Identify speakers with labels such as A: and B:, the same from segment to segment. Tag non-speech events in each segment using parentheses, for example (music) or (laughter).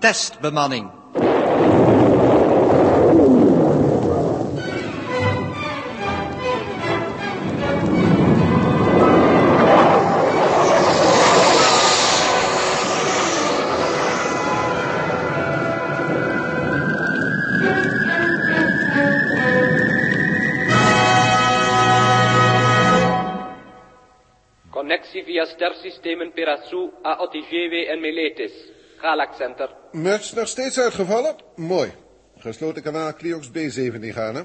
A: Testbemanning.
B: Connectie via stersystemen Perassou, Aotigewe en Meletis. Galak Center.
C: Merch nog steeds uitgevallen? Mooi. Gesloten kanaal Cliox B17 gaan, hè?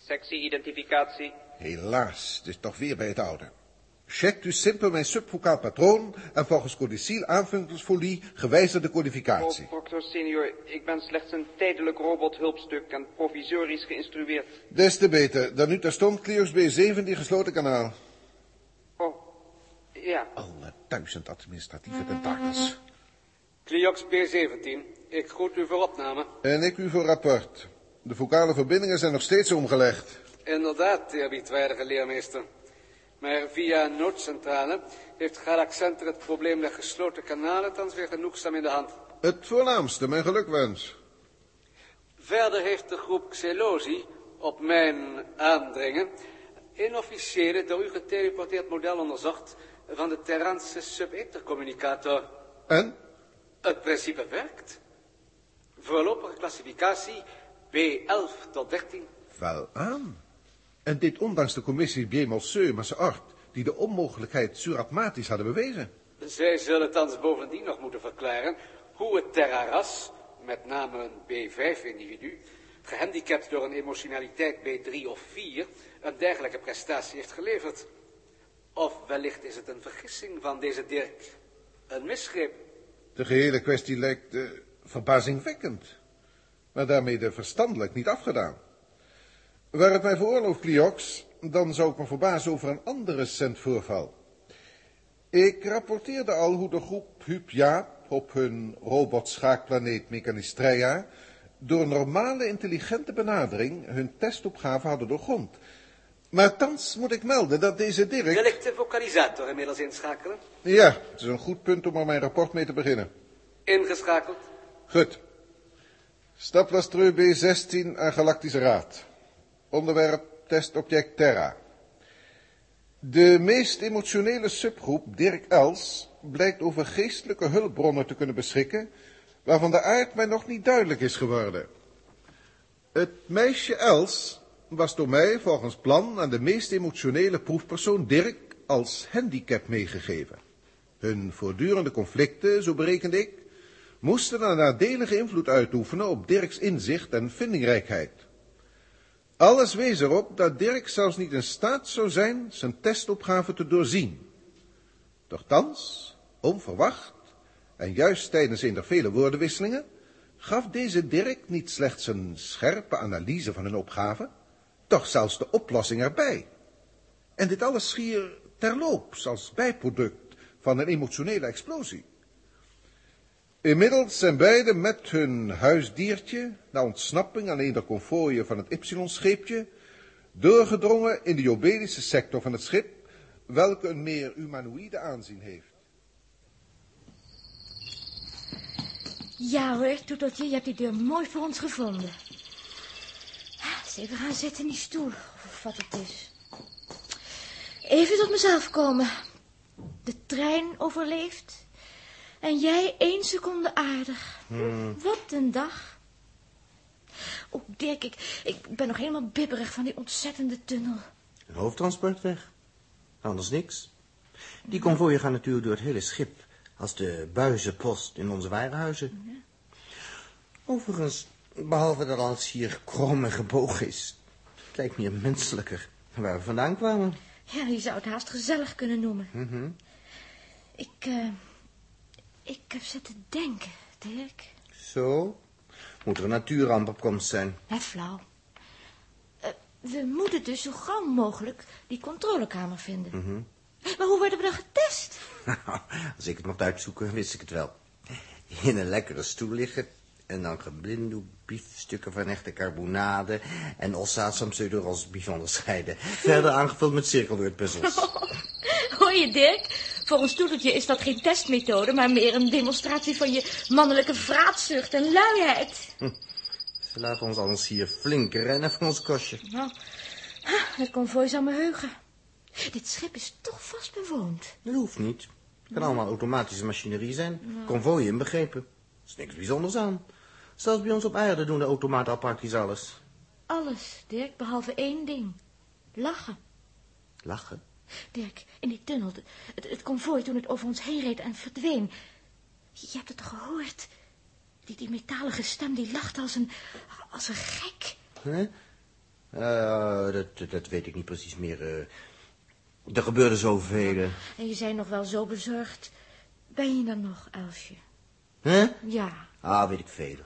B: Sectie-identificatie.
C: Helaas, het is toch weer bij het oude. Check dus simpel mijn subvocaal patroon en volgens codiciel aanvullingsfolie gewijzigde codificatie.
B: Proctor senior, ik ben slechts een tijdelijk robothulpstuk en provisorisch geïnstrueerd.
C: Des te beter, dan nu terstond Cliox B17 gesloten kanaal.
B: Oh, ja.
C: Duizend administratieve tentakels.
B: Cliox B17, ik groet u voor opname.
C: En ik u voor rapport. De vocale verbindingen zijn nog steeds omgelegd.
B: Inderdaad, eerbiedwaardige leermeester. Maar via noodcentrale heeft Galak Center het probleem der gesloten kanalen thans weer genoegzaam in de hand.
C: Het voornaamste, mijn gelukwens.
B: Verder heeft de groep Xelosi, op mijn aandringen, inofficiële door u geteleporteerd model onderzocht van de Terraanse sub-intercommunicator.
C: En?
B: Het principe werkt. Voorlopige klassificatie B11 tot 13.
C: Wel aan. En dit ondanks de commissie Biemelseu Massart, die de onmogelijkheid surapmatisch hadden bewezen.
B: Zij zullen thans bovendien nog moeten verklaren hoe het terraras, met name een B5-individu, gehandicapt door een emotionaliteit B3 of 4, een dergelijke prestatie heeft geleverd. Of wellicht is het een vergissing van deze Dirk. Een misgreep.
C: De gehele kwestie lijkt eh, verbazingwekkend. Maar daarmee de verstandelijk niet afgedaan. Waar het mij veroorlooft, Cliox, dan zou ik me verbazen over een andere centvoorval. Ik rapporteerde al hoe de groep Huub Jaap op hun robotschaakplaneet Mechanistreia door een normale intelligente benadering hun testopgave hadden doorgrond. Maar thans moet ik melden dat deze Dirk...
B: Wil ik de vocalisator inmiddels inschakelen?
C: Ja, het is een goed punt om er mijn rapport mee te beginnen.
B: Ingeschakeld.
C: Goed. Staplastreu B16 aan Galactische Raad. Onderwerp testobject Terra. De meest emotionele subgroep, Dirk Els, blijkt over geestelijke hulpbronnen te kunnen beschikken, waarvan de aard mij nog niet duidelijk is geworden. Het meisje Els was door mij volgens plan aan de meest emotionele proefpersoon Dirk als handicap meegegeven. Hun voortdurende conflicten, zo berekende ik, moesten een nadelige invloed uitoefenen op Dirks inzicht en vindingrijkheid. Alles wees erop dat Dirk zelfs niet in staat zou zijn zijn testopgave te doorzien. Doch thans, onverwacht, en juist tijdens een der vele woordenwisselingen, gaf deze Dirk niet slechts een scherpe analyse van een opgave, toch zelfs de oplossing erbij. En dit alles schier terloops als bijproduct van een emotionele explosie. Inmiddels zijn beiden met hun huisdiertje, na ontsnapping alleen de konvooien van het Y-scheepje, doorgedrongen in de jobelische sector van het schip, welke een meer humanoïde aanzien heeft.
D: Ja hoor, Toeteltje, je hebt die deur mooi voor ons gevonden. Ah, Eens even gaan zitten in die stoel, of wat het is. Even tot mezelf komen. De trein overleeft. En jij één seconde aardig. Wat een dag. Oh, Dirk, ik, ik ben nog helemaal bibberig van die ontzettende tunnel.
E: Een hoofdtransport weg. Anders niks. Die konvooien gaan natuurlijk door het hele schip. Als de buizenpost in onze warenhuizen. Overigens, behalve dat alles hier krom en gebogen is. Het lijkt meer menselijker. Waar we vandaan kwamen.
D: Ja, je zou het haast gezellig kunnen noemen. Ik, eh, ik heb zitten denken, Dirk.
E: Zo. Moet er een natuurramp op komst zijn.
D: Hè, flauw. Eh, we moeten dus zo gauw mogelijk die controlekamer vinden. Maar hoe werden we dan getest?
E: (laughs) Als ik het mocht uitzoeken, wist ik het wel. In een lekkere stoel liggen. En dan geblinddoek biefstukken van echte carbonade. En ossa samseuderos bief onderscheiden. Verder aangevuld met cirkelwoordpuzzels.
D: Hoor je, Dirk? Voor een stoeltje is dat geen testmethode, maar meer een demonstratie van je mannelijke vraatzucht en luiheid.
E: Ze laten ons anders hier flink rennen van ons kostje.
D: Nou, ah, het konvooi zal me heugen. Dit schip is toch vast bewoond.
E: Dat hoeft niet. Het kan allemaal automatische machinerie zijn. Konvooien inbegrepen. Er is niks bijzonders aan. Zelfs bij ons op aarde doen de automaten al praktisch alles.
D: Alles, Dirk, behalve één ding. Lachen.
E: Lachen?
D: Dirk, in die tunnel, de- het, het konvooi toen het over ons heen reed en verdween. Je hebt het gehoord. Die, die metalige stem, die lachte als een, als een gek.
E: Hè? Eh, dat, dat- dat weet ik niet precies meer. eh. er gebeurde zoveel. eh.
D: En je zei nog wel zo bezorgd. Ben je dan nog, Elsje?
E: Hè?
D: Ja.
E: Ah, weet ik veel.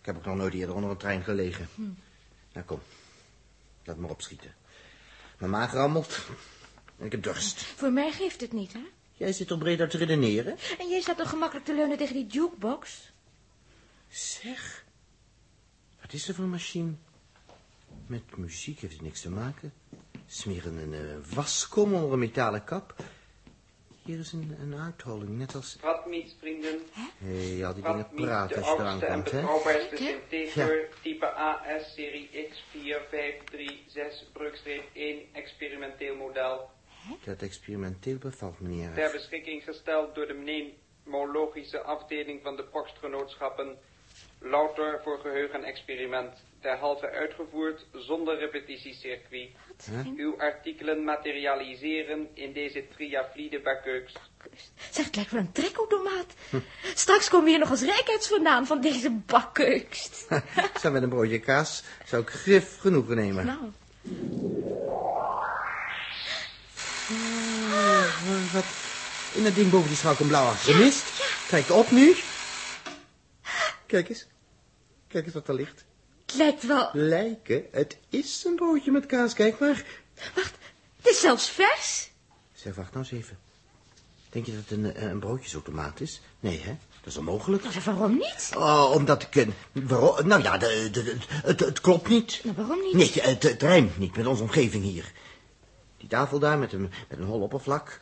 E: Ik heb ook nog nooit eerder onder een trein gelegen. Nou, kom. Laat me opschieten. Mijn maag rammelt. En ik heb dorst.
D: Voor mij geeft het niet, hè?
E: Jij zit al breed uit te redeneren.
D: En jij staat toch gemakkelijk te leunen tegen die jukebox?
E: Zeg. Wat is er voor een machine? Met muziek heeft het niks te maken. Smeren een eh, waskom onder een metalen kap. Hier is een, een uitholling, net als...
A: Radmietsvrienden,
E: Hé, al die dingen
A: Radmiet, de
E: praten als je eraan
A: oudste en
E: komt, hè?
A: betrouwbaarste
D: Oké.
A: synthetor, type AS serie X4536-1, experimenteel model.
E: Dat experimenteel bevalt me niet
A: Ter
E: erg.
A: beschikking gesteld door de mnemologische afdeling van de Postgenootschappen. Louter voor geheugen-experiment. Derhalve uitgevoerd zonder repetitiecircuit. Uw artikelen materialiseren in deze triaflide bakkeukst.
D: Zeg, het lijkt wel een trekautomaat. Straks komen we hier nog als rijkheids vandaan van deze (laughs) bakkeukst.
E: Zou met een broodje kaas, zou ik grif genoegen nemen.
D: nou,
E: Eh, Wat? In dat ding boven die schouw komt blauw achter de mist. Kijk op nu. Kijk eens. Kijk eens wat er ligt.
D: het lijkt wel...
E: Lijken, het is een broodje met kaas, kijk maar.
D: Wacht, het is zelfs vers.
E: Zeg, wacht nou eens even. Denk je dat het een, eh, een broodjesautomaat is? Nee, hè? Dat is onmogelijk.
D: Nou, waarom niet?
E: Oh, omdat ik... eh, waarom- nou ja, de, de- de- het, het klopt niet.
D: Nou, waarom niet?
E: Nee, eh, het, het rijmt niet met onze omgeving hier. Die tafel daar met een, met een hol oppervlak.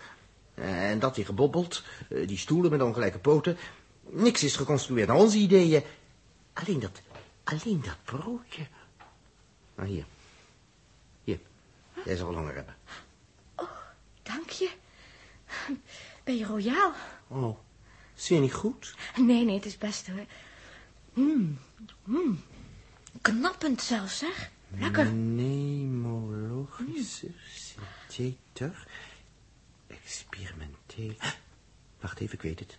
E: eh, En dat weer gebobbeld. eh, Die stoelen met ongelijke poten. Niks is geconstrueerd naar onze ideeën. Alleen dat, alleen dat broodje. Nou, hier. Hier. Jij zal wel honger hebben.
D: Dank je. Ben je royaal?
E: Oh, zie je niet goed?
D: Nee, nee, het is best hoor. Mm, mm. Knappend zelfs, zeg.
E: Mm.
D: Lekker.
E: Mnemologische syntheter. Experimenteel. Ah, Wacht even, ik weet het.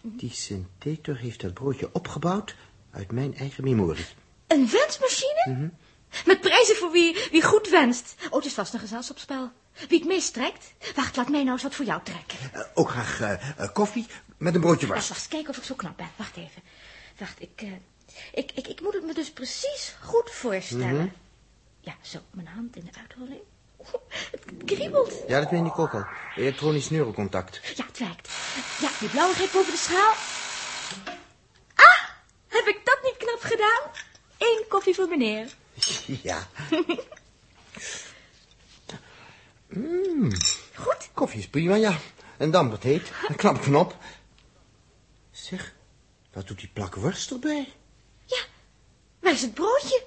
E: Die syntheter heeft dat broodje opgebouwd uit mijn eigen memorie.
D: Een wensmachine? Met prijzen voor wie, wie goed wenst. Oh, het is vast een gezelschapsspel. Wie het meest trekt? Wacht, laat mij nou eens wat voor jou trekken.
E: Eh, ook graag eh, eh, koffie met een broodje
D: Wacht,
E: was.
D: wacht, kijk of ik zo knap ben. Wacht even. Wacht, ik, eh, ik, ik, ik moet het me dus precies goed voorstellen. Ja, zo, mijn hand in de uitholling. Oh, het kriebelt.
E: Ja, dat meen ik ook al. Elektronisch neurocontact. (laughs)
D: Ja, het werkt. Ja, die blauwe gek boven de schaal. Ah, heb ik dat niet knap gedaan? Eén koffie voor meneer.
E: ja,
D: Goed?
E: Mm. koffie is prima, ja. En dan wat heet. Een knap knop. Zeg, wat doet die plak worst erbij?
D: Ja. Waar is het broodje?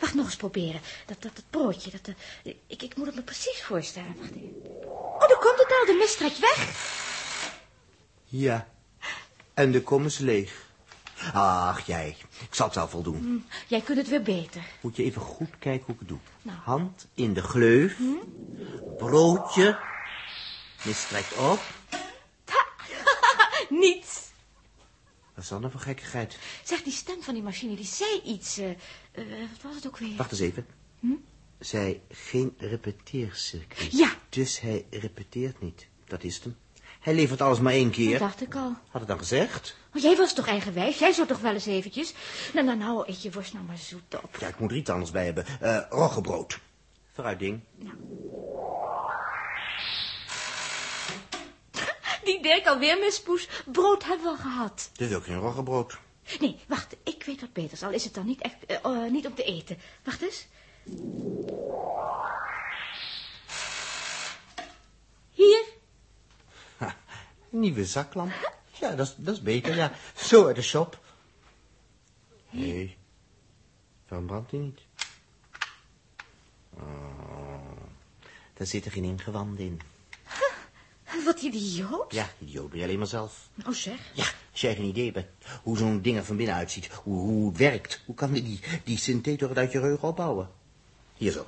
D: Wacht, nog eens proberen. Dat, dat, dat broodje, dat, eh, ik, ik moet het me precies voorstellen. Wacht even. Oh, daar komt het al. De mist trekt weg.
E: Ja. En de kom is leeg. Ach, jij. Ik zal het wel voldoen.
D: Hm, Jij kunt het weer beter.
E: Moet je even goed kijken hoe ik het doe.
D: Nou. Hm?
E: Hand in de gleuf. Broodje. Mist trekt op.
D: Niets.
E: Wat is dat nou voor gekkigheid?
D: Zeg, die stem van die machine, die zei iets. eh, eh, wat was het ook weer?
E: Wacht eens even. Zij geen repeteercircuit.
D: Hm? Ja.
E: Dus hij repeteert niet. Dat is het hem. Hij levert alles maar één
D: Dat
E: keer.
D: dacht ik al.
E: Had het dan gezegd?
D: Maar jij was toch eigenwijs? Jij zou toch wel eens eventjes... Nou, nou, nou, eet je worst nou maar zoet op.
E: Ja, ik moet er iets anders bij hebben. Eh roggebrood. Vooruit, ding.
D: Die Dirk alweer, mispoes. Brood hebben we al gehad.
E: Dit is ook geen roggebrood.
D: Nee, wacht, ik weet wat beters. Al is het dan niet echt, eh, eh, niet om te eten. Wacht eens. Hier.
E: Nieuwe zaklamp. Ja, dat is, dat is beter, ja. Zo uit de shop. Nee. Waarom brandt die niet? Oh, daar zit er geen ingewand in.
D: Wat idioot.
E: Ja, idioot ben je alleen maar zelf.
D: Oh zeg.
E: Ja, als jij geen idee hebt hoe zo'n ding er van binnen uitziet, hoe, hoe het werkt, hoe kan je die, die synthetor uit je reugen opbouwen? Hier zo.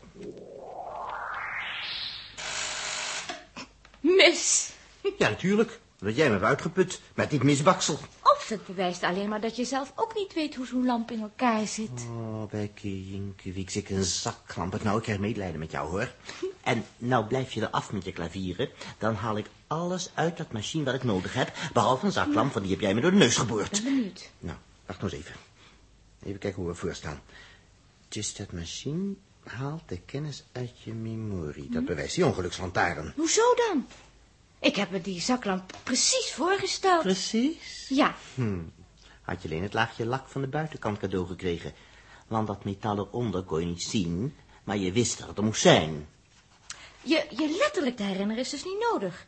D: Mis.
E: Ja, natuurlijk. Omdat jij me hebt uitgeput met dit misbaksel.
D: Of het bewijst alleen maar dat je zelf ook niet weet hoe zo'n lamp in elkaar zit.
E: Oh, Becky Jinkewieks, ik een zaklamp. Nou, ik krijg medelijden met jou, hoor. En nou blijf je er af met je klavieren. Dan haal ik alles uit dat machine wat ik nodig heb. Behalve een zaklamp, want die heb jij me door de neus geboord.
D: (laughs) Ben benieuwd.
E: Nou, wacht nog eens even. Even kijken hoe we voorstaan. Just that machine haalt de kennis uit je memorie. Dat bewijst die ongelukslantaarn.
D: Hoezo dan? Ik heb me die zaklamp precies voorgesteld.
E: Precies.
D: Ja,
E: Had je alleen het laagje lak van de buitenkant cadeau gekregen. Want dat metaal eronder kon je niet zien, maar je wist dat het er moest zijn.
D: je, je letterlijk te herinneren is dus niet nodig.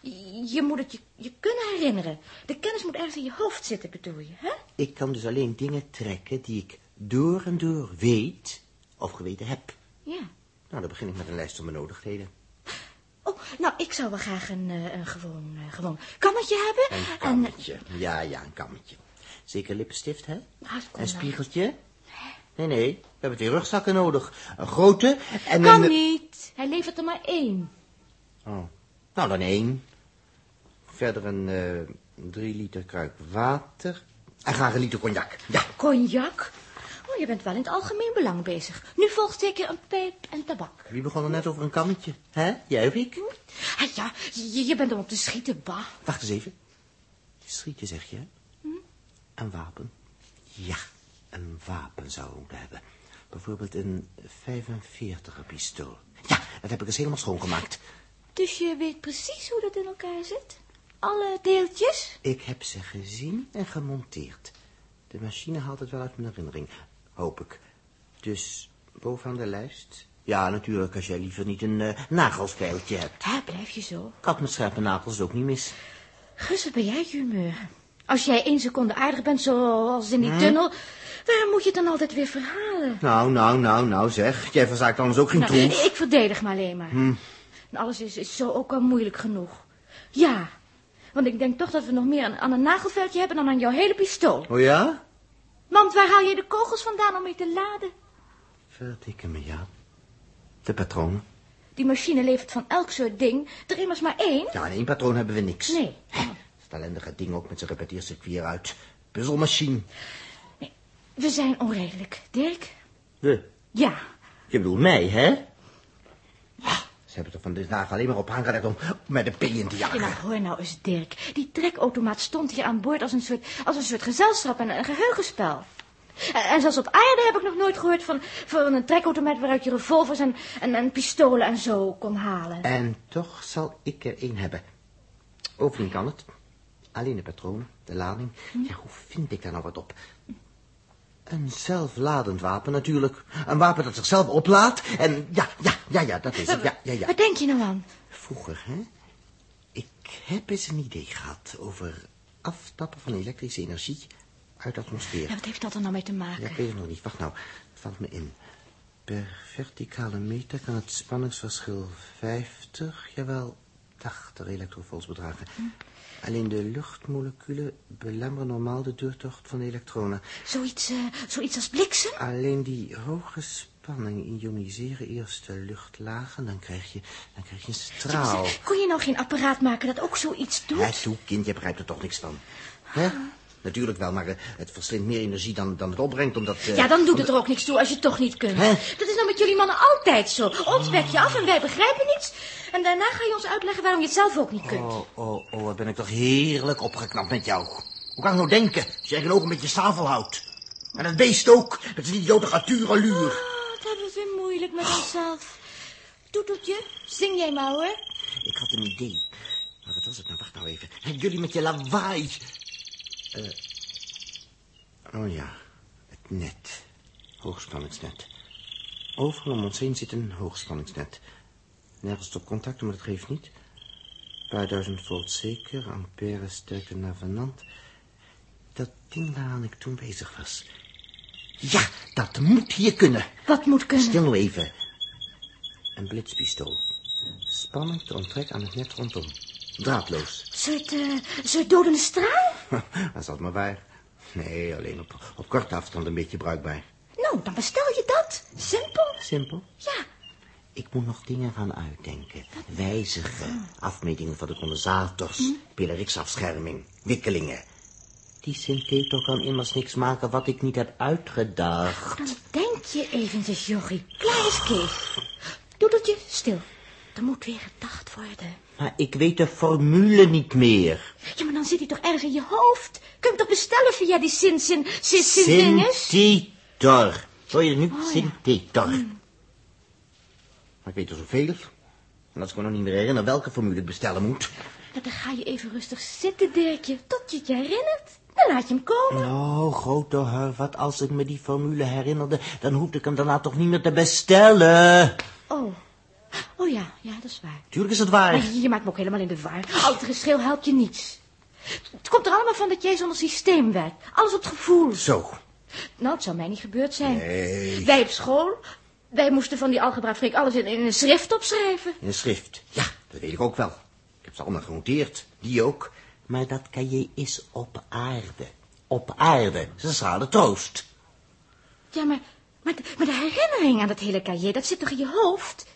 D: Je- Je moet het je, je kunnen herinneren. De kennis moet ergens in je hoofd zitten, bedoel je, hè?
E: Ik kan dus alleen dingen trekken die ik door en door weet of geweten heb.
D: Ja.
E: Nou, dan begin ik met een lijst van benodigdheden.
D: Oh, nou, ik zou wel graag een, eh, een gewoon, eh, gewoon kammetje hebben.
E: Een
D: En-
E: kammetje. Ja, ja, een kammetje. Zeker lippenstift, hè?
D: Ah, het komt
E: Een
D: wel.
E: spiegeltje? Nee, nee. We hebben twee rugzakken nodig. Een grote en
D: Kan
E: een...
D: niet. Hij levert er maar één.
E: Oh. Nou, dan één. Verder een eh drie liter kruik water. En graag een liter cognac. Ja.
D: Cognac? Oh, je bent wel in het algemeen belang bezig. Nu volgt zeker een pijp en tabak.
E: Wie begon er net over een kammetje? Hè? Jij of ik?
D: Ah, ja, je, je bent om op te schieten, bah.
E: Wacht eens even. Schietje, zeg je? hè? Een wapen? Ja, een wapen zou ik moeten hebben. Bijvoorbeeld een 45 pistool. Ja, dat heb ik eens helemaal schoongemaakt.
D: Dus je weet precies hoe dat in elkaar zit? Alle deeltjes?
E: Ik heb ze gezien en gemonteerd. De machine haalt het wel uit mijn herinnering, hoop ik. Dus bovenaan de lijst? Ja, natuurlijk, als jij liever niet een eh nagelspijltje hebt.
D: Ja, blijf je zo.
E: Ik had mijn scherpe nagels ook niet mis.
D: Gus, wat ben jij je humeur? Als jij één seconde aardig bent, zoals in die tunnel... waarom moet je het dan altijd weer verhalen?
E: Nou, nou, nou, nou zeg. Jij verzaakt anders ook geen
D: Nou,
E: troef.
D: ik verdedig me alleen maar. En alles is, is zo ook al moeilijk genoeg. Ja, want ik denk toch dat we nog meer aan, aan een nagelveldje hebben... dan aan jouw hele pistool.
E: Oh ja?
D: Want waar haal je de kogels vandaan om mee te laden?
E: Verdikken me, ja. De patronen.
D: Die machine levert van elk soort ding er immers maar één.
E: Nou, aan één patroon hebben we niks.
D: Nee.
E: Hè, dat ellendige ding ook met zijn repeteercircuit eruit. Puzzelmachine.
D: We zijn onredelijk. Dirk?
E: De.
D: Ja.
E: Je bedoelt mij, hè? Ja, Ze hebben er vandaag alleen maar op aangelegd om om met de pil in te
D: Ja, nou,
E: jagen.
D: hoor nou eens, Dirk. Die trekautomaat stond hier aan boord als een soort, als een soort gezelschap en een geheugenspel. En, en zelfs op aarde heb ik nog nooit gehoord van, van een trekautomaat waaruit je revolvers en, en, en pistolen en zo kon halen.
E: En toch zal ik er één hebben. Bovendien kan het. Alleen de patroon, de lading. Ja, hoe vind ik daar nou wat op? Een zelfladend wapen natuurlijk. Een wapen dat zichzelf oplaadt. En ja, ja, ja, ja, dat is het. Ja, ja, ja.
D: Wat denk je nou aan?
E: Vroeger, hè? Ik heb eens een idee gehad over aftappen van elektrische energie uit de atmosfeer.
D: Ja, wat heeft dat er nou mee te maken?
E: Ja, ik weet het nog niet. Wacht nou. Het valt me in. Per verticale meter kan het spanningsverschil 50, jawel, 80 elektrovolts bedragen. Alleen de luchtmoleculen belemmeren normaal de doortocht van de elektronen.
D: Zoiets, eh, zoiets als bliksem?
E: Alleen die hoge spanning ioniseren eerst de luchtlagen, dan krijg je, dan krijg je een
D: (laughs)
E: straal.
D: Kon je nou geen apparaat maken dat ook zoiets doet?
E: Hè, toe, kind, je begrijpt er toch niks van.
D: Ah.
E: Hè? Natuurlijk wel, maar eh, het verslindt meer energie dan, dan het opbrengt, omdat... eh,
D: Ja, dan doet
E: omdat-
D: het er ook niks toe als je het toch niet kunt.
E: Hè?
D: Dat is nou met jullie mannen altijd zo. Ons bek je af en wij begrijpen niets. En daarna ga je ons uitleggen waarom je het zelf ook niet kunt.
E: Oh, oh, oh, wat ben ik toch heerlijk opgeknapt met jou. Hoe kan ik nou denken, als jij ook een beetje stavel houdt? En dat beest ook, met zijn idiote gaturenluur.
D: Wat hebben we weer moeilijk met onszelf. Toeteltje, zing jij maar hoor.
E: Ik had een idee. Maar wat was het nou? Wacht nou even. Hè, Jullie met je lawaai. Eh, oh ja, het net. Hoogspanningsnet. Overal om ons heen zit een hoogspanningsnet. Nergens tot contact, maar dat geeft niet. paar duizend volt zeker, ampère sterke navenant. Dat ding waaraan ik toen bezig was. Ja, dat moet hier kunnen.
D: Wat moet kunnen?
E: Stil nou even. Een blitspistool. Spanning te onttrek aan het net rondom.
D: (laughs)
E: Draadloos.
D: Soort, eh, soort dodende straal?
E: Dat is dat maar waar. Nee, alleen op, op korte afstand een beetje bruikbaar.
D: Nou, dan bestel je dat. Simpel.
E: Simpel.
D: Ja,
E: Ik moet nog dingen gaan uitdenken. Wijzigen, afmetingen van de condensators, pillerixafscherming, wikkelingen. Die synthetor kan immers niks maken wat ik niet heb uitgedacht.
D: dan denk je eventjes, Jochie. Klaar is Kees. Doedeltje, stil. Er moet weer gedacht worden.
E: Maar ik weet de formule niet meer.
D: Ja, maar dan zit hij toch ergens in je hoofd? Kun je hem toch bestellen via die sin sin sin sin dinges?
E: Synthetor. Hoor je nu?
D: Oh, ja. Mm.
E: Synthetor. Maar ik weet er zoveel. En als ik me nog niet meer herinner welke formule ik bestellen moet.
D: Nou, dan ga je even rustig zitten, Dirkje, tot je het je herinnert. Dan laat je hem komen.
E: Nou, grote heur, wat als ik me die formule herinnerde, dan hoefde ik hem daarna toch niet meer te bestellen.
D: Oh. Oh ja, ja, dat is waar.
E: Tuurlijk is het waar.
D: Maar je, je maakt me ook helemaal in de war. Al het geschreeuw helpt je niets. Het komt er allemaal van dat jij zonder systeem werkt. Alles op het gevoel.
E: Zo.
D: Nou, het zou mij niet gebeurd zijn. Wij op school, wij moesten van die algebra freak alles in, in een schrift opschrijven.
E: In een schrift. Ja, dat weet ik ook wel. Ik heb ze allemaal genoteerd. Die ook. Maar dat cahier is op aarde. Op aarde. Ze schade troost.
D: Ja, maar, maar, de- maar de herinnering aan dat hele cahier, dat zit toch in je hoofd?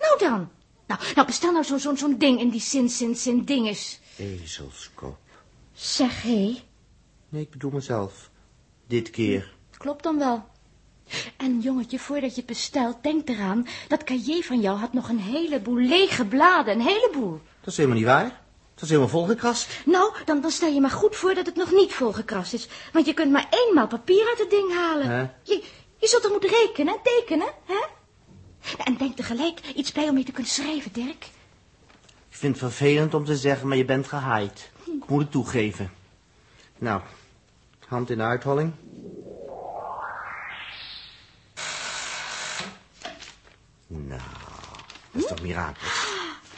D: Nou dan. Nou, nou bestel nou zo'n zo'n zo'n ding in die zin, zin, zin dinges.
E: Ezelskop.
D: Zeg, hé,
E: Nee, ik bedoel mezelf. Dit keer.
D: klopt dan wel. En jongetje, voordat je het bestelt, denk eraan... dat cahier van jou had nog een heleboel lege bladen, een heleboel.
E: Dat is helemaal niet waar. Dat is helemaal volgekrast.
D: Nou, dan, dan stel je maar goed voor dat het nog niet volgekrast is. Want je kunt maar eenmaal papier uit het ding halen.
E: Hè?
D: Je, je zult er moeten rekenen, tekenen, hè? En denk tegelijk iets bij om mee te kunnen schrijven, Dirk.
E: Ik vind het vervelend om te zeggen, maar je bent gehaaid. Ik moet het toegeven. Nou, hand in de uitholling. Nou, dat is toch mirakel.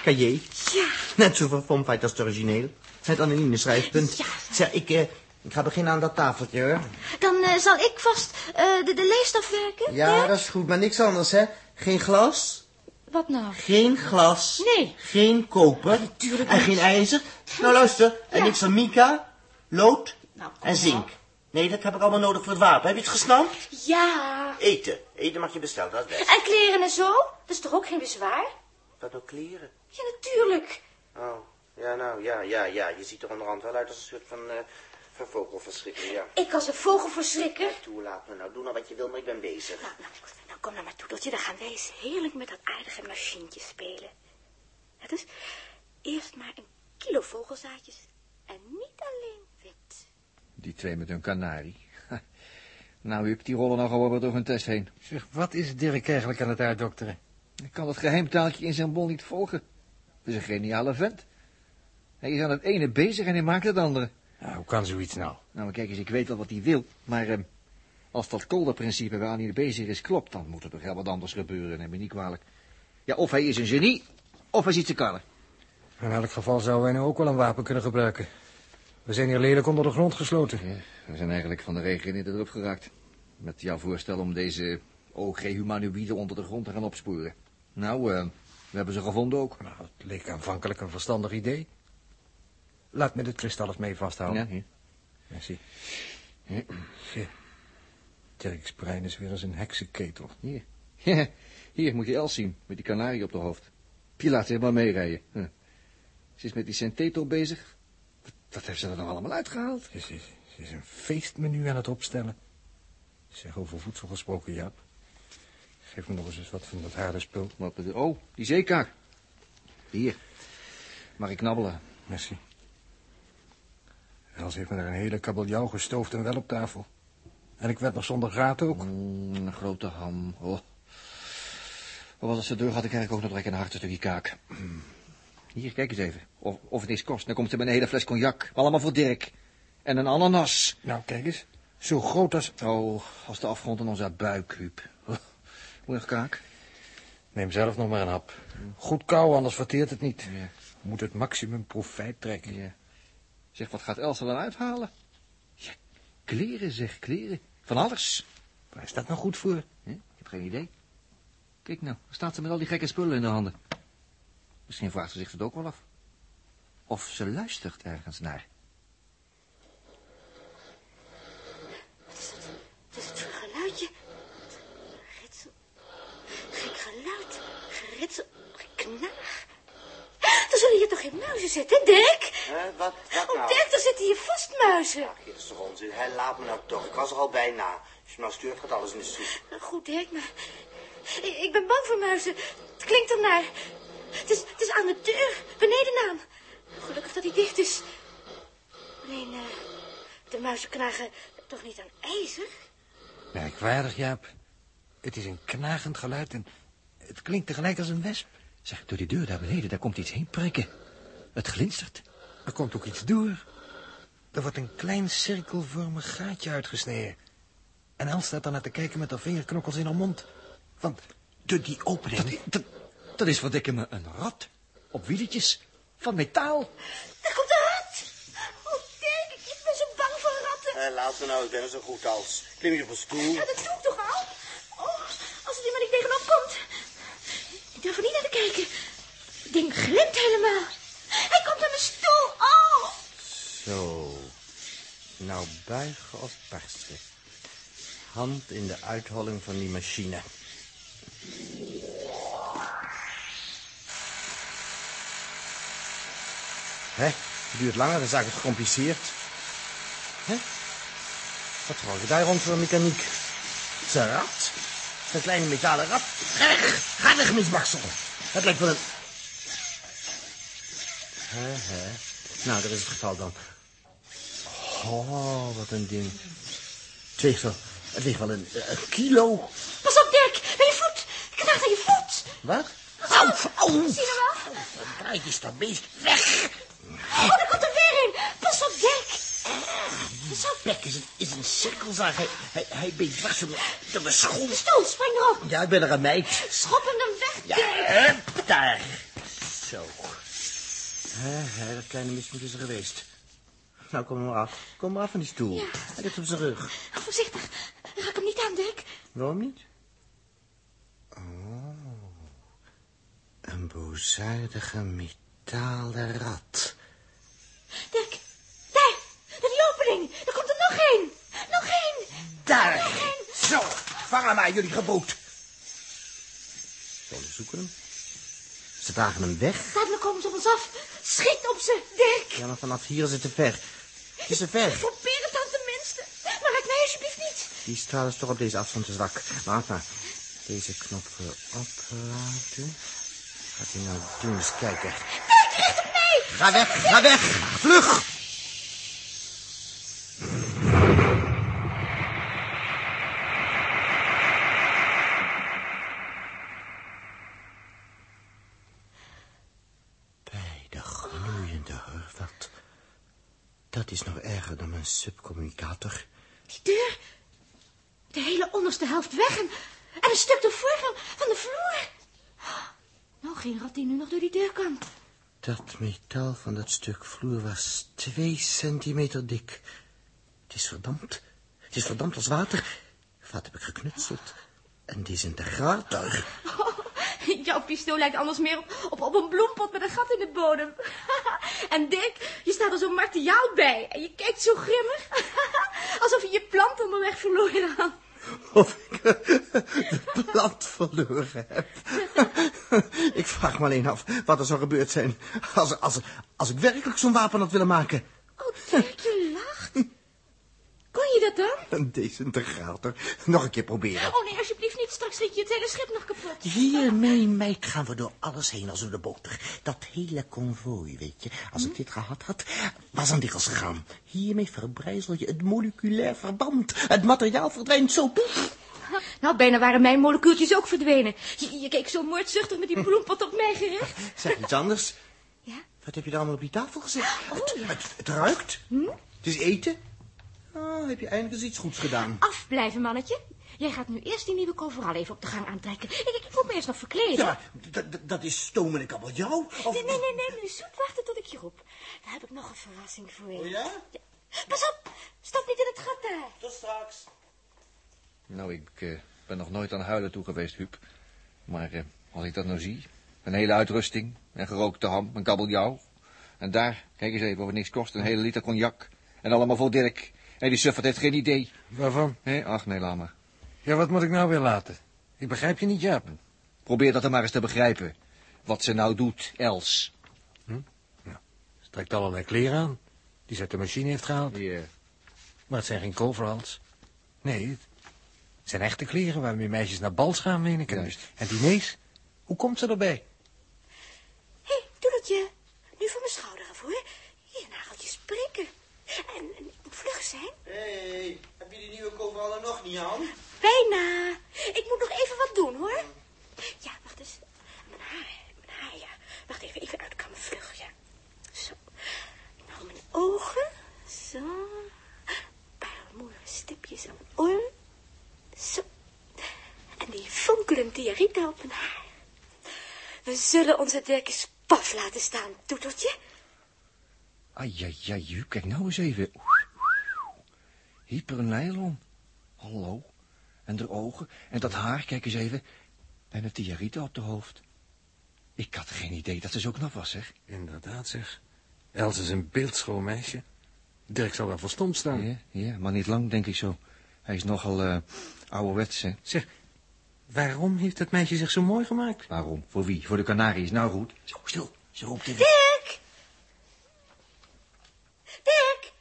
E: Cahier.
D: Ja.
E: Net zoveel fomfeit als het origineel. Het anonieme schrijfpunt.
D: Ja.
E: Zeg, ik, eh, ik ga beginnen aan dat tafeltje, hoor.
D: Dan eh, zal ik vast eh, de, de lijst afwerken,
E: Ja,
D: Dirk.
E: dat is goed, maar niks anders, hè. Geen glas,
D: Wat nou?
E: geen glas.
D: Nee.
E: Geen koper.
D: natuurlijk
E: en
D: niet.
E: geen ijzer. Nou, luister. En
D: Ja.
E: niks van mica, lood
D: Nou, kom
E: en
D: nou.
E: zink. Nee, dat heb ik allemaal nodig voor het wapen. Heb je het gesnapt?
D: Ja.
E: Eten. Eten mag je bestellen, dat is best.
D: En kleren en zo? Dat is toch ook geen bezwaar?
E: Wat ook kleren.
D: Ja, natuurlijk.
E: Oh, ja, nou, ja, ja, ja. Je ziet er onderhand wel uit als een soort van, eh van vogelverschrikker, ja.
D: Ik als een vogelverschrikker.
E: Toe, laat me nou. Doen nou wat je wil, maar ik ben bezig.
D: Nou, nou, nou, kom nou maar toe, Dotje. Dan gaan wij eens heerlijk met dat aardige machientje spelen. Het is eerst maar een kilo vogelzaadjes. En niet alleen wit.
B: Die twee met hun kanarie. (laughs) Ha. Nou, Huub, die rollen nog over door hun test heen.
F: Zeg, wat is Dirk eigenlijk aan het uitdokteren?
B: Ik kan dat geheimtaaltje in zijn bol niet volgen. Het is een geniale vent. Hij is aan het ene bezig en hij maakt het andere.
F: Nou, hoe kan zoiets nou?
B: Nou, maar kijk eens, ik weet wel wat hij wil, maar ehm, als dat kolderprincipe waar hij bezig is klopt, dan moet er toch heel wat anders gebeuren, neem me niet kwalijk. Ja, of hij is een genie, of hij ziet te kallen.
F: In elk geval zouden wij nu ook wel een wapen kunnen gebruiken. We zijn hier lelijk onder de grond gesloten.
B: We zijn eigenlijk van de regen in de drup geraakt. Met jouw voorstel om deze OG-humanoïden onder de grond te gaan opsporen. Nou, ehm, we hebben ze gevonden ook.
F: Nou, het leek aanvankelijk een verstandig idee. Laat me dit kristal eens mee vasthouden.
B: Ja.
F: Nou, Merci. Zie. Dirk's brein is weer als een heksenketel.
B: Hier. Ja, hier moet je Els zien, met die kanarie op de hoofd. Die laat ze helemaal meerijden. Huh. Ze is met die Senteto bezig. Wat, wat heeft ze er nou allemaal uitgehaald?
F: Ze is, ze is- ze is een feestmenu aan het opstellen. Zeg, over voedsel gesproken, Jaap. Geef me nog eens eens wat van dat harde spul.
B: Wat bedoel- Oh, die zeekaak. Hier. Mag ik knabbelen?
F: Merci. Els heeft me er een hele kabeljauw gestoofd en wel op tafel. En ik werd nog zonder raad ook.
B: Mm, een grote ham. Oh. Maar wat als ze deur had ik eigenlijk ook nog lekker een hard stukje kaak. (clears throat) Mm. Hier, kijk eens even. Of, of het niks kost. Dan komt ze met een hele fles cognac. Allemaal voor Dirk. En een ananas.
F: Nou, kijk eens. Zo groot als...
B: (laughs) Oh, als de afgrond in onze buik, Huub. Moet je nog kaak?
G: Neem zelf nog maar een hap. Goed kou, anders verteert het niet.
F: Ja.
G: Moet het maximum profijt trekken.
F: Ja. Zeg, wat gaat Elsa dan uithalen? Ja, kleren zeg, kleren. Van alles.
G: Waar is dat nou goed voor?
F: Hè? Ik heb geen idee. Kijk nou, daar staat ze met al die gekke spullen in de handen. Misschien vraagt ze zich dat ook wel af. Of ze luistert ergens naar.
D: Wat is het voor geluidje? Geritsel. Gek geluid. Geritsel. Geknaag. Er zullen hier toch geen muizen zitten, hè, Dirk?
H: Hè, wat, wat
D: Oh,
H: nou?
D: Dirk, er zitten hier vast muizen.
H: Ach, dit is toch onzin. Hij laat me nou toch. Ik was er al bijna. Als
E: nou
H: je maar stuurt, gaat alles in de soep.
D: Nou, Goed, Dirk, maar... Ik, ik ben bang voor muizen. Het klinkt ernaar. Het is, het is aan de deur, beneden aan. Gelukkig dat hij dicht is. Alleen, eh, de muizen knagen toch niet aan ijzer?
G: Merkwaardig, Jaap. Het is een knagend geluid en het klinkt tegelijk als een wesp.
F: Zeg, door die deur daar beneden, daar komt iets heen prikken. Het glinstert.
G: Er komt ook iets door. Er wordt een klein cirkelvormig gaatje uitgesneden. En Els staat daarnaar te kijken met haar vingerknokkels in haar mond. Want door die opening...
F: Dat, dat is wat ik me een rat. Op wieletjes. Van metaal.
D: Daar komt de rat! Oh, Dirk, ik ben zo bang voor ratten.
H: Eh, laat me nou, ik ben er zo goed als. Klim je op een stoel.
D: Ja, dat doe ik toch al? Oh, als er iemand niet tegenop komt. Ik durf er niet naar te kijken. Het ding glimt helemaal. Hij komt aan mijn stoel. Oh,
E: Zo. Nou buigen of persen. Hand in de uitholling van die machine. Hè? Het duurt langer, dan is het gecompliceerd. Hè? Wat hou je daar rond voor mechaniek? Het is een rat. Een kleine metalen rat. Erg, hardig misbaksel. Het lijkt wel een... Hè, hè. Nou, dat is het geval dan. Oh, wat een ding. Het weegt wel, het weegt wel een, eh, een kilo.
D: pas op, Dirk. Bij je voet. Knaagt aan je voet.
E: Wat? Au, au.
D: Zie je wel?
E: Draait is dat beest weg.
D: Oh, daar komt er weer een. Pas op, Dirk. Pas op.
E: Bek is een, is een cirkelzaag. Hij, hij, hij beet dwars door mijn- door mijn schoen.
D: De stoel, spring erop.
E: Ja, ik ben er een meid.
D: Schop hem dan weg,
E: Ja,
D: Dirk.
E: hup, daar. Zo. Hè, hè, dat kleine mismoed is er geweest. Nou, kom maar af. Kom maar af van die stoel. Hij ligt op zijn rug.
D: Voorzichtig. Raak hem niet aan, Dirk.
E: Waarom niet? Oh. Een bozaardige metalen rat.
D: Dirk, daar. Door die opening. Er komt er nog één. Nog één.
E: Daar! Zo, vang hem aan, jullie geboot. Ze onderzoeken hem. Ze dragen hem weg.
D: Dadelijk komen ze op ons af. Schiet op ze, Dirk.
E: Ja, maar vanaf hier is het te ver. Het is te ver.
D: Probeer het dan tenminste. Maar raak mij alsjeblieft niet.
E: Die straal is toch op deze afstand te zwak. Laat maar. Deze knop weer oplaten. Gaat hij nou doen? Eens kijken.
D: Dirk, richt op mij.
E: Ga weg, ga weg! Vlug! Bij de gloeiende hurwat. Dat is nog erger dan mijn subcommunicator.
D: Die deur. De hele onderste helft weg en, en een stuk ervoor van, van de vloer. Nou, geen rat die nu nog door die deur kan.
E: Dat metaal van dat stuk vloer was twee centimeter dik. Het is verdampt. Het is verdampt als water. Wat heb ik geknutseld? Een disintegrator.
D: (laughs) Jouw pistool lijkt anders meer op, op, op een bloempot met een gat in de bodem. (laughs) en Dick, je staat er zo martiaal bij. En je kijkt zo grimmig. (laughs) Alsof je je plant onderweg verloren had.
E: (laughs) Of ik eh, de plant verloren heb. (laughs) Ik vraag me alleen af wat er zou gebeurd zijn... als, als, als ik werkelijk zo'n wapen had willen maken.
D: Oh, Dirk, je lacht. Hm. Kon je dat dan?
E: Een desintegrator. Nog een keer proberen.
D: Oh nee, alsjeblieft niet. Straks schiet je het hele schip nog kapot.
E: Hier, mijn meid, gaan we door alles heen als door de boter. Dat hele konvooi, weet je. Als ik dit gehad had, was aan dikkels gegaan. Hiermee verbrijzel je het moleculair verband. Het materiaal verdwijnt zo poef.
D: Nou, bijna waren mijn molecuultjes ook verdwenen. Je, je keek zo moordzuchtig met
E: (laughs)
D: die bloempot op mij gericht.
E: Zeg iets anders.
D: Ja?
E: Wat heb je daar allemaal op die tafel gezet?
D: Oh,
E: het,
D: ja. Hm?
E: het, het ruikt. Het is eten. Oh, heb je eindelijk eens iets goeds gedaan.
D: Afblijven, mannetje. Jij gaat nu eerst die nieuwe overal even op de gang aantrekken. Ik, ik, ik moet me eerst nog verkleden.
E: Ja, maar d- d- dat is stomen en kabeljauw. Of...
D: Nee, nee, nee, nee, nu zoet wachten tot ik je roep. Daar heb ik nog een verrassing voor je.
E: Oh ja?
D: Pas op, stap niet in het gat daar.
E: Tot straks.
F: Nou, ik eh, ben nog nooit aan huilen toe geweest, Huub. Maar eh, als ik dat nou zie, een hele uitrusting, een gerookte ham, een kabeljauw. En daar, kijk eens even, of het niks kost, een hele liter cognac. En allemaal voor Dirk. En die suffert heeft geen idee.
G: Waarvan?
F: Hé, ach nee, laat maar.
G: Ja, wat moet ik nou weer laten? Ik begrijp je niet, Jaap.
F: Probeer dat dan maar eens te begrijpen. Wat ze nou doet, Els.
G: Hm? Nou, Ze trekt allerlei kleren aan. Die ze uit de machine heeft gehaald.
F: Ja.
G: Maar het zijn geen coveralls. Nee, het zijn echte kleren waarmee meisjes naar bals gaan, meen ik. En-
F: Juist.
G: En diners. Hoe komt ze erbij?
D: Hé, hey, doe dat je. Nu van mijn schouder af, hoor. Je nageltjes prikken. En, en ik moet vlug zijn.
H: Hé, heb je die nieuwe koverallen nog niet aan?
D: Bijna. Ik moet nog even wat doen, hoor. Ja, wacht eens. Mijn haar, mijn haar, ja. Wacht even, even uitkammen, vlug, ja. Zo. Nou, mijn ogen. Zo. Een paar mooie stipjes aan mijn oor. Zo. En die fonkelende diarita op mijn haar. We zullen onze Dirk eens paf laten staan, toeteltje.
F: Ai, ai, ai, Huub, kijk nou eens even. Hypernylon. Hallo. En haar ogen. En dat haar, kijk eens even. En een tiarita op de hoofd. Ik had geen idee dat ze zo knap was, zeg.
G: Inderdaad, zeg. Els is een beeldschoon meisje. Dirk zal wel verstomd staan.
F: Ja, ja, maar niet lang, denk ik zo. Hij is nogal eh ouderwets, hè.
G: Zeg, waarom heeft dat meisje zich zo mooi gemaakt?
F: Waarom? Voor wie? Voor de Canaries? Nou goed.
E: Zo, stil. Ze roept tegen...
D: Dirk! Dirk!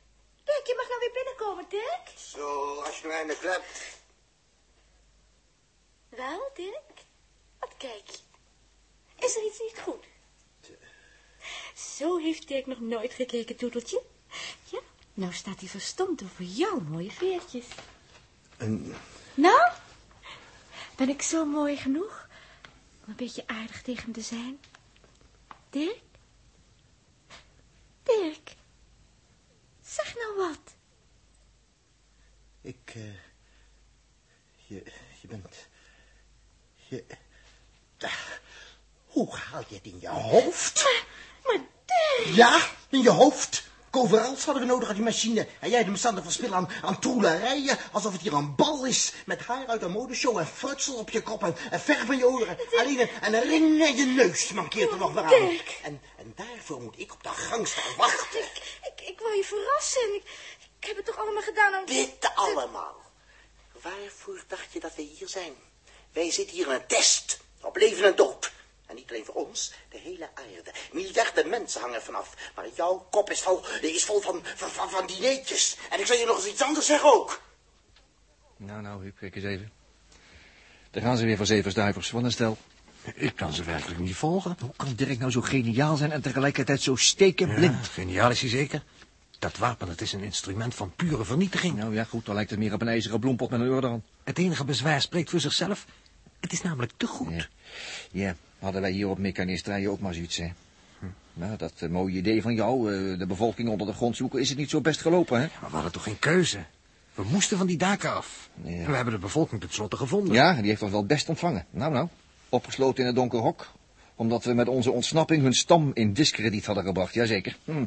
D: Dirk, je mag nou weer binnenkomen, Dirk.
H: Zo, als je mij in de klep.
D: Wel, Dirk? Wat kijk je? Is er iets niet goed? Zo heeft Dirk nog nooit gekeken, Toeteltje. Ja, nou staat hij verstomd over jouw mooie veertjes. Nou, ben ik zo mooi genoeg om een beetje aardig tegen hem te zijn? Dirk? Dirk? Zeg nou wat.
H: Ik, eh... je, je bent... Je... Ach, Hoe haal je het in je hoofd?
D: Maar Dirk,
H: Ja, in je hoofd. Coverals hadden we nodig aan die machine. En jij de bestandig verspillen aan, aan troelerijen. Alsof het hier een bal is. Met haar uit een modeshow en frutsel op je kop en, en verf in je oren. Alleen een, en een ring in je neus mankeert er nog weer aan.
D: Dirk.
H: En, en daarvoor moet ik op de gang staan wachten.
D: ik, ik, ik wil je verrassen. Ik, ik heb het toch allemaal gedaan aan...
H: Dit allemaal. Waarvoor dacht je dat wij hier zijn? Wij zitten hier aan een test. Op leven en dood. En niet alleen voor ons, de hele aarde. Miljarden mensen hangen vanaf. Maar jouw kop is vol, is vol van, van, van, van dineetjes. En ik zal je nog eens iets anders zeggen ook.
F: Nou, nou, Huub, kijk eens even. Daar gaan ze weer voor zeven stuivers. Wat een stel.
G: Ik kan ze werkelijk niet volgen.
F: Hoe kan Dirk nou zo geniaal zijn en tegelijkertijd zo steken
G: Ja, geniaal is hij zeker. Dat wapen, dat is een instrument van pure vernietiging.
F: Nou ja, goed, dan lijkt het meer op een ijzeren bloempot met een euro dan.
G: Het enige bezwaar spreekt voor zichzelf. Het is namelijk te goed.
F: Ja. ja, hadden wij hier op Mechanistraille ook maar zoiets, hè.
G: Hm.
F: Nou, dat eh, mooie idee van jou, eh, de bevolking onder de grond zoeken, is het niet zo best gelopen, hè?
G: Maar we hadden toch geen keuze? We moesten van die daken af.
F: Ja.
G: En we hebben de bevolking tenslotte gevonden.
F: Ja, die heeft ons wel best ontvangen. Nou, nou, opgesloten in het donker hok. Omdat we met onze ontsnapping hun stam in discrediet hadden gebracht, jazeker. Hm.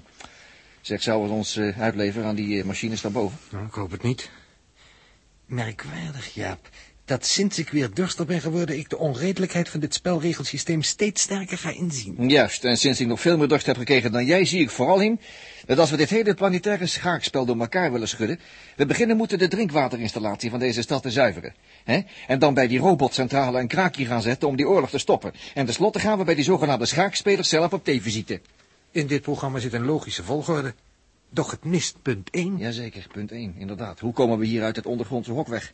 F: Zeg, zouden we ons eh, uitleveren aan die eh, machines daarboven?
G: Nou, ik hoop het niet. Merkwaardig, Jaap. Dat sinds ik weer durster ben geworden... ik de onredelijkheid van dit spelregelsysteem steeds sterker ga inzien.
F: Juist, en sinds ik nog veel meer dorst heb gekregen dan jij, zie ik vooral in dat als we dit hele planetaire schaakspel door elkaar willen schudden, we beginnen moeten de drinkwaterinstallatie van deze stad te zuiveren. hè? En dan bij die robotcentrale een kraakje gaan zetten om die oorlog te stoppen. En tenslotte gaan we bij die zogenaamde schaakspelers zelf op tv zitten.
G: In dit programma zit een logische volgorde. Doch het mist punt 1.
F: Jazeker, punt 1, inderdaad. Hoe komen we hier uit het ondergrondse hok weg?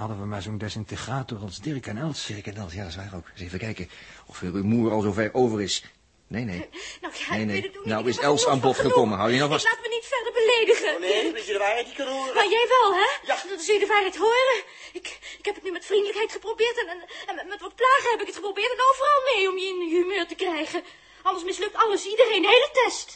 G: Hadden we maar zo'n desintegrator als Dirk en Els.
F: Zeker dat, ja, dat is waar ook. Eens even kijken of hun rumoer al zover over is. Nee, nee.
D: (laughs) Nou ja,
F: Nee,
D: ik
F: nee.
D: weet het ook niet.
F: Nou
D: Ik
F: is
D: heb er
F: Els
D: genoeg
F: aan bod
D: van genoeg.
F: gekomen. Hou je nou vast. Oh,
D: Ik laat me niet verder beledigen.
H: Nee, dat je de waarheid niet kan horen.
D: Maar jij wel, hè? Ja. Dan zul je de waarheid horen. Ik, ik heb het nu met vriendelijkheid geprobeerd en, en, en met- met wat plagen heb ik het geprobeerd. En overal mee om je in je humeur te krijgen. Anders mislukt alles, iedereen, de hele test.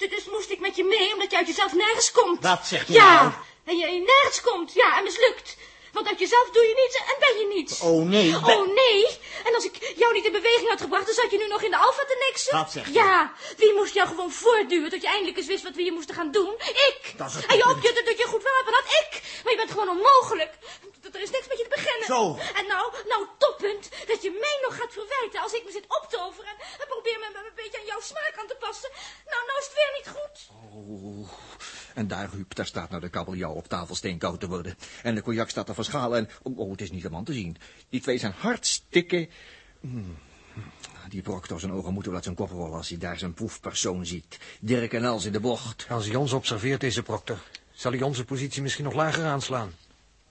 D: Du- Dus moest ik met je mee, omdat je uit jezelf nergens komt.
H: Wat zegt u
D: Ja,
H: nou?
D: en je, je nergens komt, ja, en mislukt. Want uit jezelf doe je niets en ben je niets.
E: Oh, nee.
D: Oh, nee. En als ik jou niet in beweging had gebracht, dan zat je nu nog in de alfa te niksen.
E: Wat zeg je?
D: Ja, wie moest jou gewoon voortduwen tot je eindelijk eens wist wat we hier moesten gaan doen? Ik.
E: Dat is het
D: en je
E: punt.
D: opjutte dat je een goed wapen had? Ik. Maar je bent gewoon onmogelijk. Dat- Er is niks met je te beginnen.
E: Zo.
D: En nou, nou toppunt, dat je mij nog gaat verwijten als ik me zit op te overen en probeer me een beetje aan jouw smaak aan te passen. Nou, nou is het weer niet goed.
F: Oeh. En daar, Huub, daar staat nou de kabeljauw op tafel steenkoud te worden. En de cognac staat er van schalen en... Oh, oh, het is niet om aan te zien. Die twee zijn hartstikke... Mm. Die brok door zijn ogen moeten uit zijn kop rollen als hij daar zijn proefpersoon ziet. Dirk en Els in de bocht.
G: Als hij ons observeert, deze proctor, zal hij onze positie misschien nog lager aanslaan.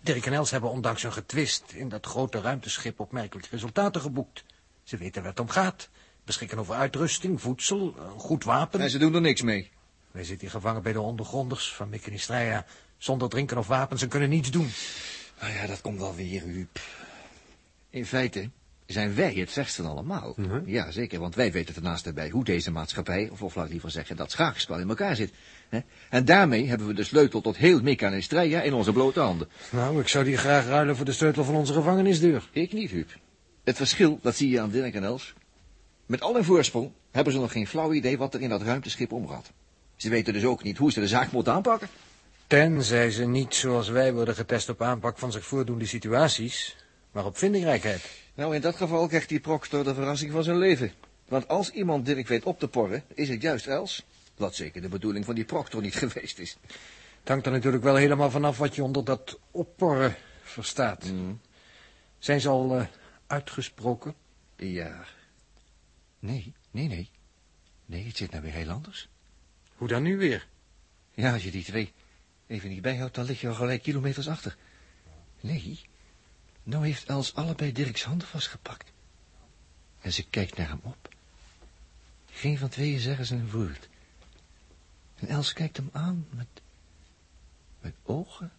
G: Dirk en Els hebben ondanks hun getwist in dat grote ruimteschip opmerkelijke resultaten geboekt. Ze weten waar het om gaat. Beschikken over uitrusting, voedsel, een goed wapen.
F: En ze doen er niks mee.
G: Wij zitten hier gevangen bij de ondergronders van Mykenistria. Zonder drinken of wapens en kunnen niets doen.
F: Nou ja, dat komt wel weer, Huub. In feite zijn wij het verst van allemaal. Ja, zeker, want wij weten ten eerste bij hoe deze maatschappij, of, of laat ik liever zeggen, dat schaakspel in elkaar zit. hè. En daarmee hebben we de sleutel tot heel Mika en Streia in onze blote handen.
G: Nou, ik zou die graag ruilen voor de sleutel van onze gevangenisdeur.
F: Ik niet, Huub. Het verschil, dat zie je aan Dirk en Els. Met al hun voorsprong hebben ze nog geen flauw idee wat er in dat ruimteschip omgaat. Ze weten dus ook niet hoe ze de zaak moeten aanpakken.
G: Tenzij ze niet zoals wij worden getest op aanpak van zich voordoende situaties, maar op vindingrijkheid.
F: Nou, in dat geval krijgt die Proctor de verrassing van zijn leven. Want als iemand Dirk weet op te porren, is het juist Els. Wat zeker de bedoeling van die Proctor niet (laughs) geweest is.
G: Het hangt er natuurlijk wel helemaal vanaf wat je onder dat opporren verstaat. Zijn ze al eh, uitgesproken?
F: Ja. Nee, nee, nee. Nee, het zit nou weer heel anders.
G: Hoe dan nu weer?
F: Ja, als je die twee even niet bijhoudt, dan lig je al gelijk kilometers achter. Nee, nou heeft Els allebei Dirks handen vastgepakt. En ze kijkt naar hem op. Geen van tweeën zeggen ze een woord. En Els kijkt hem aan met, met ogen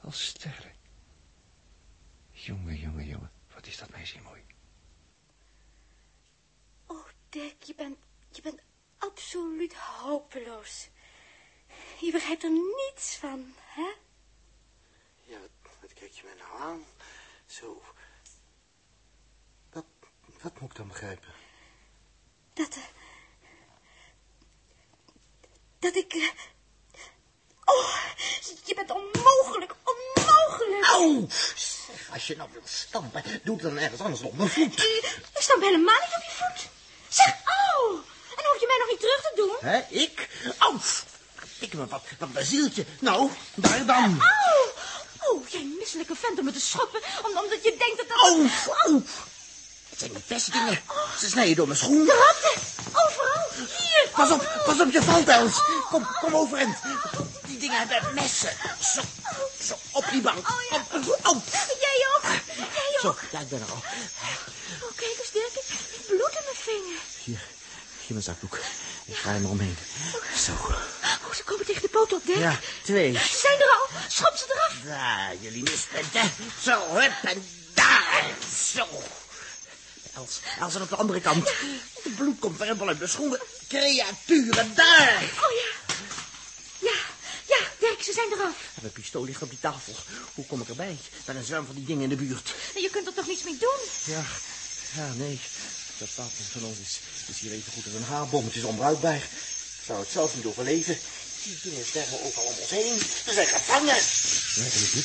F: als sterren. Jongen, jongen, jongen, wat is dat meisje mooi.
D: Oh, Dirk, je bent, je bent absoluut hopeloos. Je begrijpt er niets van, hè?
H: Ja, wat, wat kijk je mij nou aan? Zo. Wat, wat moet ik dan begrijpen?
D: Dat, eh, dat ik... eh, Oh, je bent onmogelijk, onmogelijk.
H: Au! Zeg, Oh. als je nou wilt stampen, doe het dan ergens anders op mijn voet.
D: Eh, Ik stamp helemaal niet op je voet. Zeg, au! En hoef je mij nog niet terug te doen?
H: Hè, ik? Au! Ik me wat, wat bezieltje. Nou, daar dan.
D: Au! Oh, jij misselijke vent om me te schoppen, om- omdat je denkt dat dat...
H: Au! Au! Het zijn niet beste dingen. Ze snijden door mijn schoen.
D: Ratten! Overal! Hier! Oh.
H: Pas op, pas op, je valt, Els. Kom, kom over en. Die dingen hebben messen. Zo, zo, op die bank.
D: Oh, ja.
H: Op, au.
D: Jij ook! Jij ook!
H: Zo, ja, ik ben er al.
D: Oh, kijk eens, Dirk. Ik ik bloed in mijn vinger.
E: Hier, hier mijn zakdoek. Ik ga hem omheen. Zo.
D: Oh, ze komen tegen de poot op, Dirk.
E: Ja, twee.
D: Ze zijn er al. Schop ze eraf.
H: Daar, jullie mispunten. Zo, hup, en daar. Zo. Els, Els, en op de andere kant. Het bloed komt drempel uit mijn schoenen. Creaturen, daar.
D: Oh, ja. Ja, ja, Dirk, ze zijn eraf.
E: Mijn pistool ligt op die tafel. Hoe kom ik erbij? Met een zwerm van die dingen in de buurt.
D: En je kunt er toch niets mee doen?
E: Ja, ja, nee. Dat wapen van ons is, is hier even goed als een haarbom. Het is onbruikbaar.
H: Ik zou het zelf niet overleven. Die dingen sterven ook al om ons heen. Ze zijn gevangen.
F: Werkelijk, Huub.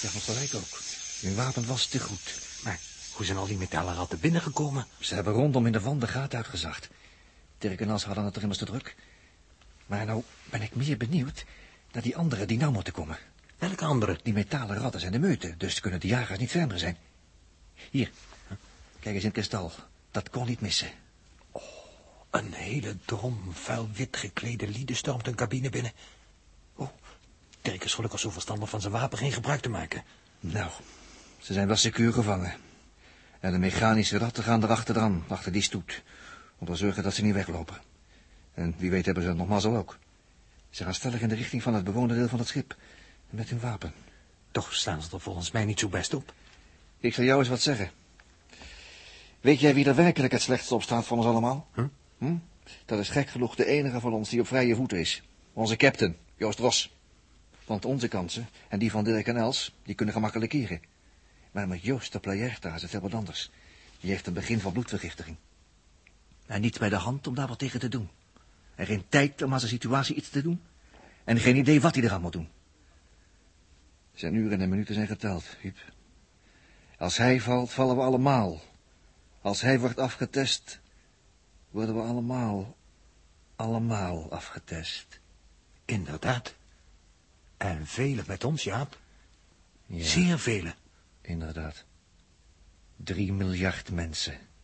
F: Ja, van gelijk ook. Hun wapen was te goed.
G: Maar hoe zijn al die metalen ratten binnengekomen?
F: Ze hebben rondom in de wand de gaten uitgezacht. Dirk en Nas hadden het er immers te druk. Maar nou ben ik meer benieuwd naar die anderen die nou moeten komen.
G: Welke andere?
F: Die metalen ratten zijn de meuten, dus kunnen de jagers niet verder zijn. Hier, kijk eens in het kristal. Dat kon niet missen.
G: Oh, Een hele drom, vuil wit geklede lieden stormt een cabine binnen. Oh, Dirk is gelukkig zo verstandig van zijn wapen geen gebruik te maken.
F: Nou, ze zijn wel secuur gevangen. En de mechanische ratten gaan erachteraan, achter die stoet. Om te zorgen dat ze niet weglopen. En wie weet hebben ze het nog mazzel ook. Ze gaan stellig in de richting van het bewoonde deel van het schip. Met hun wapen.
G: Toch staan ze er volgens mij niet zo best op.
F: Ik zal jou eens wat zeggen. Weet jij wie er werkelijk het slechtst op staat van ons allemaal? Hm? Dat is gek genoeg de enige van ons die op vrije voeten is. Onze captain, Joost Ros. Want onze kansen en die van Dirk en Els, die kunnen gemakkelijk keren. Maar met Joost de Playerta is het heel wat anders. Die heeft een begin van bloedvergiftiging. En niet bij de hand om daar wat tegen te doen. En geen tijd om aan zijn situatie iets te doen. En geen idee wat hij eraan moet doen. Zijn uren en minuten zijn geteld, Huub. Als hij valt, vallen we allemaal. Als hij wordt afgetest, worden we allemaal, allemaal afgetest.
G: Inderdaad. En velen met ons, Jaap. Zeer velen.
F: Inderdaad. Drie miljard mensen.